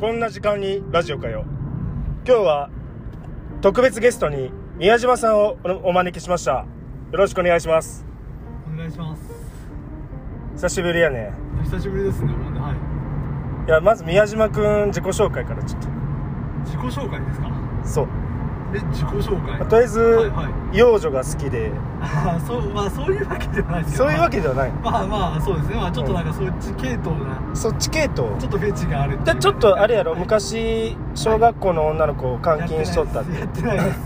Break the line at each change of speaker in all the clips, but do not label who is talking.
こんな時間にラジオかよ今日は特別ゲストに宮島さんをおお招きしましたよろしくお願いします
お願いします
久しぶりやね
久しぶりですねもうねはい
いやまず宮島くん自己紹介からちょっと
自己紹介ですか
そう、
え自己紹介
まあとりあえず、
はいはい
幼女が好きで
あーそうまあそういうわけではないですけど
そういうわけではない
まあまあそうですねまあちょっとなんかそっち系統な
そっち系統
ちょっとフェチがあるっていう
でちょっとあれやろ
はい
昔小学校の女の子を監禁しとったって
やってないですやってないです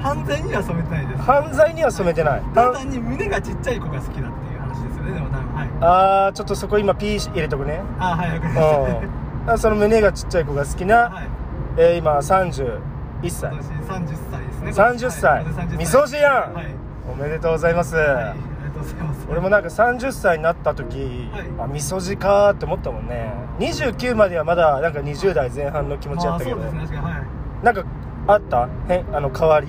犯罪には染めてないです
犯罪には染めてない
単単に胸がちっちゃい子が好きだっていう話ですよねでも多分はい
あーちょっとそこ今ピー入れとくね
あーはいわかりまし
うんあその胸がちっちゃい子が好きな、
たはい
えー今31歳
今年30歳ですね
30歳
はい今年30
みそじやん
はい
おめでとうございます、
はいありがとうございます
俺もなんか30歳になった時、
はい
あみそじかーって思ったもんね29まではまだなんか20代前半の気持ちやったけど、
まあ、そうですね確かにはい
なんかあった変あの変わり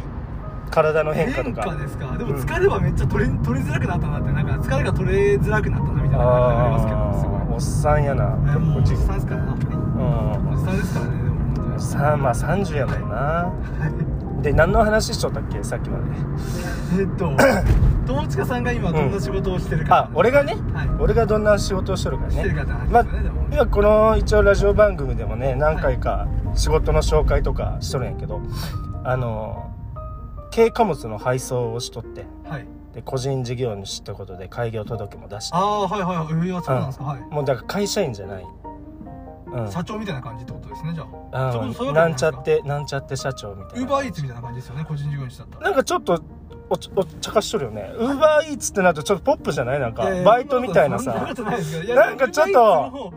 体の変化と
変
か
化ですかで
う
も
ん
疲れはめっちゃ取り取りづらくなったなってなんか疲れが取れづらくなったなみたいな感じがありますけ
あ
どすごい
ーおっさんやな
えーもうお
こっち
じさんですからなお
うん
じさんですからねでも本当に
さあまあ30やもんなで何の話しとったっけさっきまで
えっ と友近さんが今どんな仕事をしてるか
あ、俺がね、
はい
俺がどんな仕事をしとるか
して
ね
るかって話
ま
で
あ
すよねでも
今この一応ラジオ番組でもね何回か仕事の紹介とかしとるんやけど、あの軽貨物の配送をしとって
はい
で個人事業主ってことで開業届も出して
ああはいはいはいいやそうなんですかはい
もうだから会社員じゃない、うん
社長みたいな感じってことですねじゃあそこそううい
ん、
う
な
わ
ん
け
ち
じ
ゃ
ゃない
って
ですか
なんちゃって社長みたい
ウー
な
バーイーツみたいな感じですよね個人事業主だったら
なんかちょっとおちお茶化しとるよねウーバーイーツってなるとちょっとポップじゃないなんか
いやいや
バイトみたいな
そんな
さ
ことないですよいや
なんかちょっと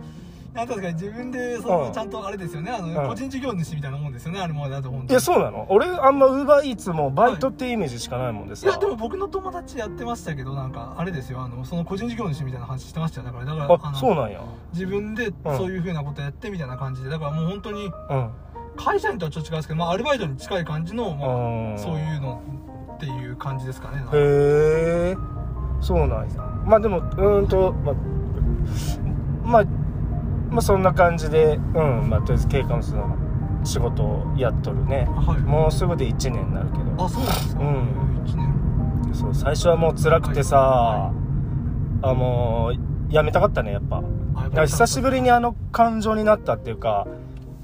なんか確かに自分でそ
うん
のちゃんとあれですよねあ
うん
の個人事業主みたいなもんですよねあれもだと本当
い
に
やそうなの俺あんまウーバーイーツもバイトってイメージしかないもんで
い
さ、
やでも僕の友達やってましたけどなんかあれですよあのその個人事業主みたいな話してましたよだからだから
あ
の
そうなんや
自分で
ん
そういうふうなことやってみたいな感じでだからもう本当に
うん
会社員とはちょっと違うんですけど、まあ、アルバイトに近い感じの、
う
ま
ん
あ、そういうのっていう感じですかねなんか
へえそうなんやまあでもうーんとまあまあ、まあ、そんな感じでうんまあとりあえず警官室の仕事をやっとるね
はい
もうすぐで1年になるけど
あそうなんですか、
うん
1年
そう最初はもう辛くてさ、
は
あもうやめたかったねやっぱ
あやっ
だ
ぱ
から
り
久しぶりにあの感情になったっていうか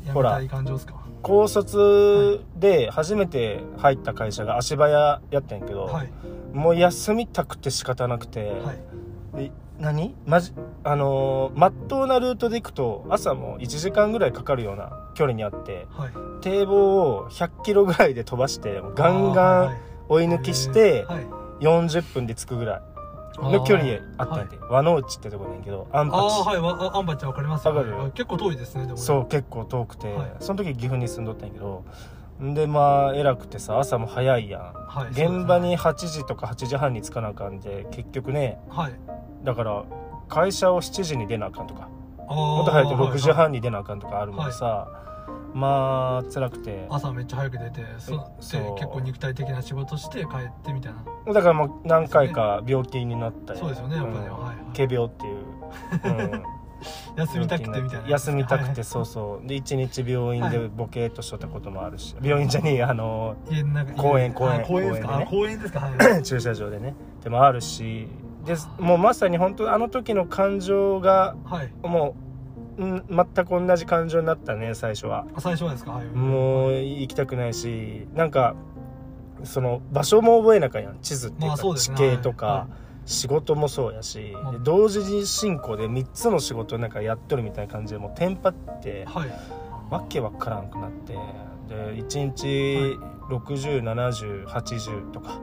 や
ほ
め
ら
たい感情ですか
高卒で初めて入った会社が足早やったんやけど、
はい
もう休みたくて仕方なくて、
はい
え何まじあのー、まっとうなルートで行くと朝も1時間ぐらいかかるような距離にあって
はい
堤防を100キロぐらいで飛ばしてもうガンガン追い抜きして40分で着くぐらいの距離あったんや
で
で、和の内ってとこなんやけどアン
あー
パ
はい
チ、
はいあーはいわあアンバッチわかりますよ
わかるよ
結構遠いですねでもね
そう結構遠くて、
はい
その時岐阜に住んどったんやけどんでまあ偉くてさ朝も早いやん
はい
現場
そうですね
に8時とか8時半に着かなあかんで結局ね
はい
だから会社を7時に出なあかんとかも
も
っと早く6時半に出なあかんとかあるもんさ、まあ辛くて
朝めっちゃ早く出てそ
そう
で結構肉体的な仕事して帰ってみたいな
だからもう何回か病気になったり
そうですよねやっぱり
うん
はいはい
仮病 っていう、うん
休みたくてみたいな
休みたく
はい
てそうそうで一日病院で
はい
ボケーっとしとったこともあるし、病院じゃねえやあの
家の中
公園
あ
公園
公園ですか
公園でね
あ公園です かはい
駐車場でねでもあるしでもうまさに本当あの時の感情が
はい
もう、うん、全く同じ感情になったね最初は
あ最初はですかはい
もう行きたくないしなんかその場所も覚えなあかんやん地図っていうか
まあそうです
地
ね
形と
はいは
か仕事もそうやし
まあ
で同時に進行で3つの仕事なんかやっとるみたいな感じでもうテンパって
はい
わけわからんくなってで1日607080とか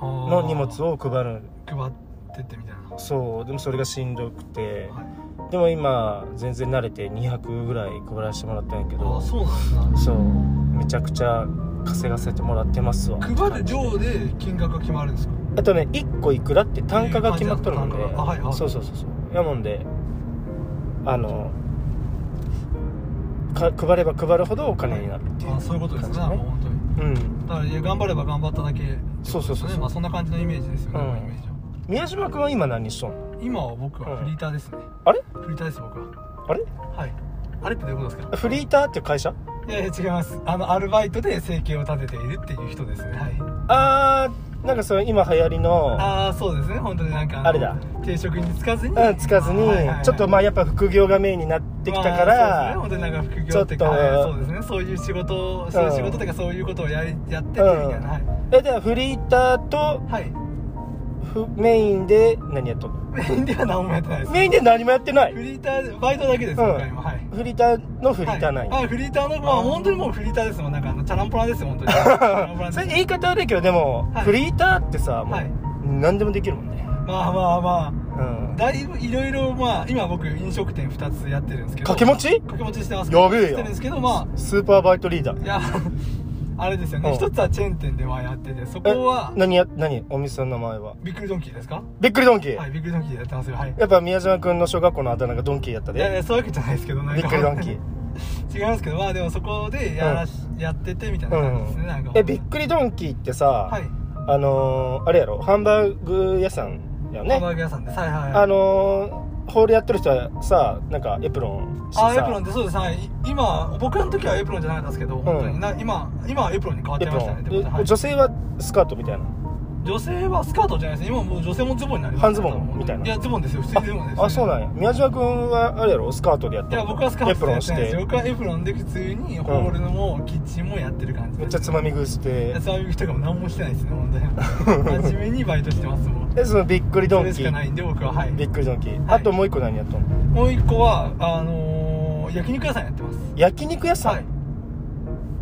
の荷物
を
を配る
配ってってみたいな
そうでもそれがしんどくて
はい
でも今全然慣れて200ぐらい配らせてもらったんやけ
あ
ど
あそうなんです
そうめちゃくちゃ稼がせてもらってますわ
な配る量で金額が決まるんですか
あとね1個いくらって単価が決まっとるもんで、
えー単価があはいはい
そうそうそうそうやもんであのか配れば配るほどお金になるっていう
あそういうことですね
感じね
もう本当に
うん
だからいや頑張れば頑張っただけ
そうそうそうそう
ねまあそんな感じのイメージですよね、
うん
イメージは
宮島君は今何しとんの
今は僕はフリーターですね、
あれ
フリーターです僕は
あれ
はいあれってどういうことですか
フリーターっていう会社
いやいや違いますあのアルバイトで生計を立てているっていう人ですねはい
あーなんかその今流行りの
ああそうですね本当になんかの
あれだ
定職に就かずに、
うんつかずに、
はいはいはい
ちょっとまあやっぱ副業がメインになってきたか
まあ
ら、
そうですね、本当になんか副
ちょ
業
っ
っ
と
ていうかはいそうですねそういう仕事をそういう仕事というかそういうことをやりやっててみたいな、
うん
はい
えではフリーターと
はい
ふメインで何やっとんの
メインでは何もやってないです
メインで何もやってない
フリーターバイトだけです、
うん
僕は今はい
フリーターのフリーターない、
はいあフリーターのまあ
あー
本当にもうフリーターですもんなんかあのチャランポラですよ本 当にチャランポラです
それ言い方悪いけどでも、
はい
フリーターってさもう、
はい
何でもできるもんね、
まあまあま
うん
あ、だいぶいろいろまあ今僕飲食店2つやってるんですけど
掛け持ち
掛け持ちしてます
やべえよ
してるんですけどま
スーパーバイトリーダ
あい
ー
や あれですよね
うん
一つはチェーン店ではやっててそこは
え何や何お店の名前は
ビックリドンキーですか
びっくりドンキー、
はいビックリドンキーでやってますよはい
やっぱ宮島君の小学校のあだ名がドンキーやった
いやい
で
やそういうわけじゃないですけどなん
びっ
か
くりドンキー
違いますけどまあでもそこでやらし、やっててみたいな感じですね、なんか
えびっくりドンキーってさ、
はい
あのーあれやろハンバーグ屋さんやよ
ハ
ね
ンバーグ屋さんですはいはいはい
あのーホールやってる人はさなんかエプロンしてさ
あエプロンってそうですはい今僕らの時はエプロンじゃなかったですけど、本当にな今今はエプロンに変わっち
エ
ゃい
プロ
ました
ン
ねってことで、はい
で女性はスカートみたいな
女性はスカートじゃないです今もう女性もズボンになります
半ズボンみたいない
やズボンですよ普通にズボンです
あそうなん
や
や宮島君はあれやろスカートでやっ
い
て
や僕はスカー
エ
ト
プロンし
やってないです
て
僕はエプロンで普通にホールのも、キッチンもやってる感じ
めっちゃつまみ食いして
つまみとかも何もしてないですね本当に 真面目にバイトしてますもん
でそのびっくりド
そ
ン
れ
キ
しかな
ー
いんで僕ははい
びっくりドンキー
は
あ
い
ともう一個何やったの
もう一個はあのー焼肉屋さんやってます
焼肉屋さ
はい
ん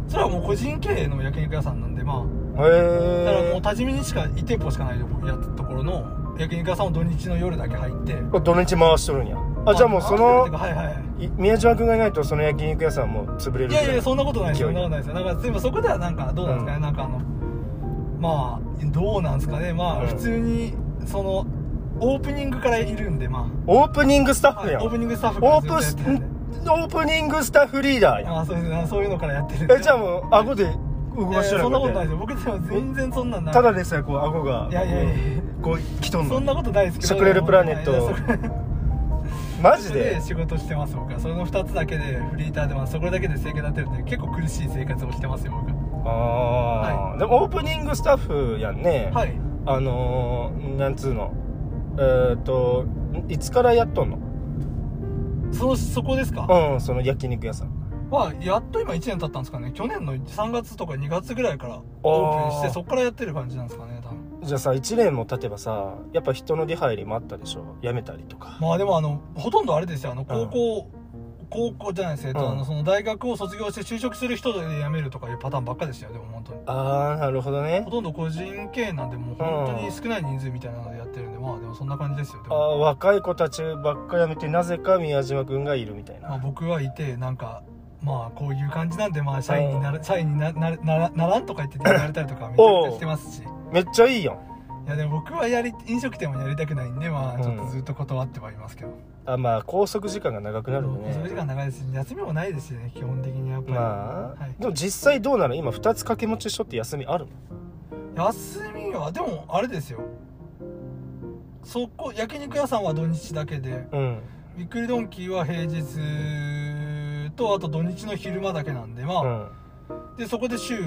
それはもう個人経営の焼肉屋さんなんでまあ
へ
だからも
え
う多治見にしか1店舗しかないとこやところの焼肉屋さんを土日の夜だけ入って
土日回しとるんやあじゃあもうそ
あ
の
はいはいはい
い宮島君がいないとその焼肉屋さんも潰れる
い
ぐら
やいやそんなことないですよ
勢
そ
い
んなことないですよだからでもそこではなんかどうなんですかね、
うん
なんかあのまあどうなんですかねま
うん
あ普通にそのオープニングからいるんでま
オープニングスタ
あ、
ッフやん
オープニングスタッフから
オ
ず
ー
っと
プ
やっ
ス
てるんで
んオープニングスタッフリーダーや
あそうですねそういうのからやってるんで
えじゃあもう顎で動
い
か
や
し
い
て
や
る
そんなことないです
で
よ僕でも全然そんなんない
ただでさえこう顎が
いやいやいや
こう来とん
そ
の
んなことないですけど
シャクレルプラネット
いやいやそれ
マジ
それ
で
で仕事してます僕はその2つだけでフリーターでまあそこだけで生計立てるんで結構苦しい生活をしてますよ僕は
ああでもオープニングスタッフやんね
はい
あのーなんつうのえーっといつからやっとん
そのそこですか、
のうんその焼肉屋さん
はやっと今1年経ったんですかね去年の3月とか2月ぐらいからオープンしてそこからやってる感じなんですかね多分
じゃあさ1年も経てばさやっぱ人の出入りもあったでしょ辞めたりとか
まあでもあのほとんどあれですよあの高校、高校じゃないですえっと
うん
あのその大学を卒業して就職する人で辞めるとかいうパターンばっかでしたよでも本当に
ああなるほどね
ほとんど個人経営なんでもう本当に少ない人数みたいなのでやってるんでまあでもそんな感じですよで
あ
も
ー若い子たちばっかやめてなぜか宮島君がいるみたい
まあ、
な
僕はいてなんかまあこういう感じなんでまあ社員になら社員になななならんとか言っててやられたりとかめちゃくちゃしてますしい
めっちゃいいやん
やでも僕はやり飲食店もやりたくないんでま
うん
あちょっとずっと断ってはいますけど、
あまあ拘束時間が長くなるよね
それ時間長いですし休みもないですしね基本的にやっぱり、
まあ、
はい
でも実際どうなの今2つ掛け持ちしとって休みあるの
休みはでもあれですよそこ焼肉屋さんは土日だけで
うん
びっくりドンキーは平日とあと土日の昼間だけなんでまあ、
うん
でそこで週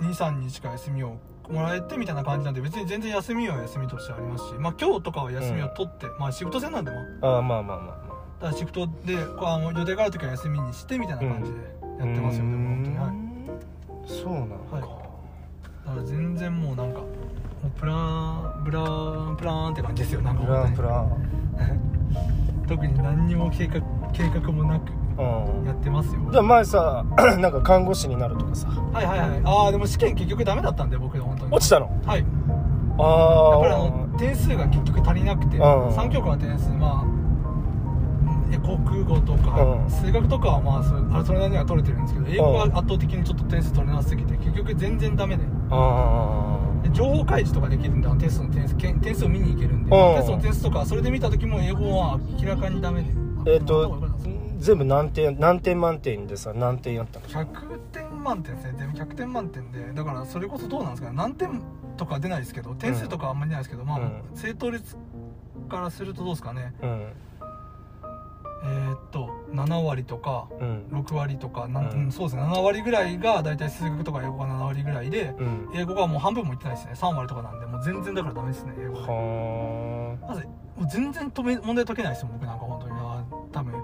23日か休みをもらえてみたいな感じなんで別に全然休みは休みとしてありますしまあ今日とかは休みを取って、まあシフト制なんでまあ
ああまあまあまあまあ
だからシフトでこうあの予定がある時は休みにしてみたいな感じでやってますよ、
うー
でも本当に、はい、
んそうなのか、
はだから全然もうなんかもうプランブランプランって感じですよなんか
プラン
本
プラ
当に 特に何にも計画計画もなく
ンう
やってますよ
んでも前さ なんか看護師になるとかさ
はいはいはいああでも試験結局ダメだったんで僕本当に
落ちたの
はいやっぱりあ
あ
の点数が結局足りなくて、
うん
三教科の点数まあうんえ国語とか、
うん
数学とかはまあそれあれそれなりには取れてるんですけど英語が
うん
圧倒的にちょっと点数取れなすぎて結局全然ダメで
ああ
で情報開示とかできるんであのテストの点数けん点数を見に行けるん
うん
でテストの点数とかそれで見た時も英語は明らかにダメで
えっ、
あこ
と
んなことがよかっ
全部何点何点満点でさ何点やったの
た100点満点ですね全部100点満点でだからそれこそどうなんですかね何点とか出ないですけど点数とかあんまり出ないですけど、まあ、
うん
正答率からするとどうですかね
うん
ええーっと7割とか
うん
6割とかなん、
うん
うんそうですね7割ぐらいが大体数学とか英語が7割ぐらいで
うん
英語がもう半分もいってないですね3割とかなんでもう全然だからダメですね英語で
は
まずもう全然止め問題解けないですよ僕なんか本当にあー多分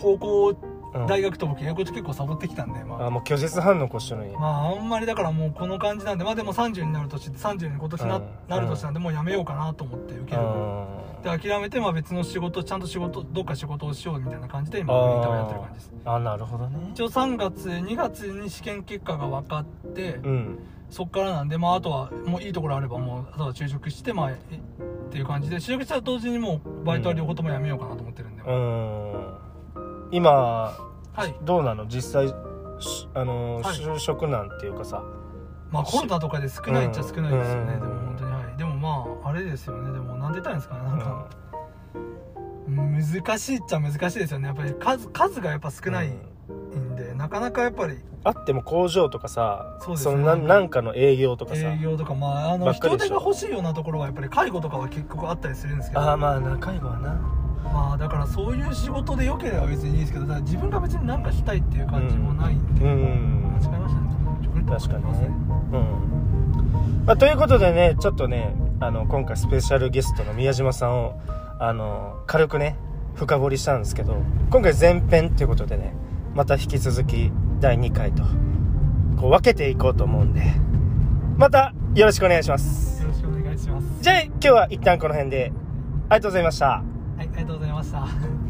高校
あ、うん、
大学と僕英語結構サボってきたんでまあ
あもう拒絶反応起こしてるのに、
まああんまりだからもうこの感じなんでまあでも30になる年30に今年な,、
うん
なる年なんでもうやめようかなと思って受ける
あ
で諦めてまあ別の仕事ちゃんと仕事どっか仕事をしようみたいな感じで今フリーターをやってる感じです
ああなるほどね
一応3月2月に試験結果が分かって、
うん
そっからなんでまああとはもういいところあればもうあとは就職してまあえっていう感じで就職したら同時にもうバイトは両方ともやめようかなと思ってるんで、
うん今
はい
どうなの実際しあの、
はい
就職なんていうかさ
まあコロナとかで少ないっちゃ少ないですよね、
うん
でも本当にはいでもまああれですよねでもなんで言ったらいいんですかねなんか、難しいっちゃ難しいですよねやっぱり数数がやっぱ少ない
うん
んで、なかなかやっぱり
あっても工場とかさ
そうですね
のななんかの営業とかさ
営業とかまあ
ば
あの
っか
人
りでしょ
手が欲しいようなところはやっぱり介護とかは結局あったりするんですけど
ああまあ仲いいはな
まあだからそういう仕事で良ければ別にいいですけどただ自分が別に何かしたいっていう感じもないんで、
う
間違
ん
いましたね
確かにねうん、まあ、ということでねちょっとねあの今回スペシャルゲストの宮島さんをあの軽くね深掘りしたんですけど今回前編ということでねまた引き続き第2回とこう分けていこうと思うんでまたよろしくお願いします
よろしくお願いします
じゃあ今日は一旦この辺でありがとうございました
はいありがとうございました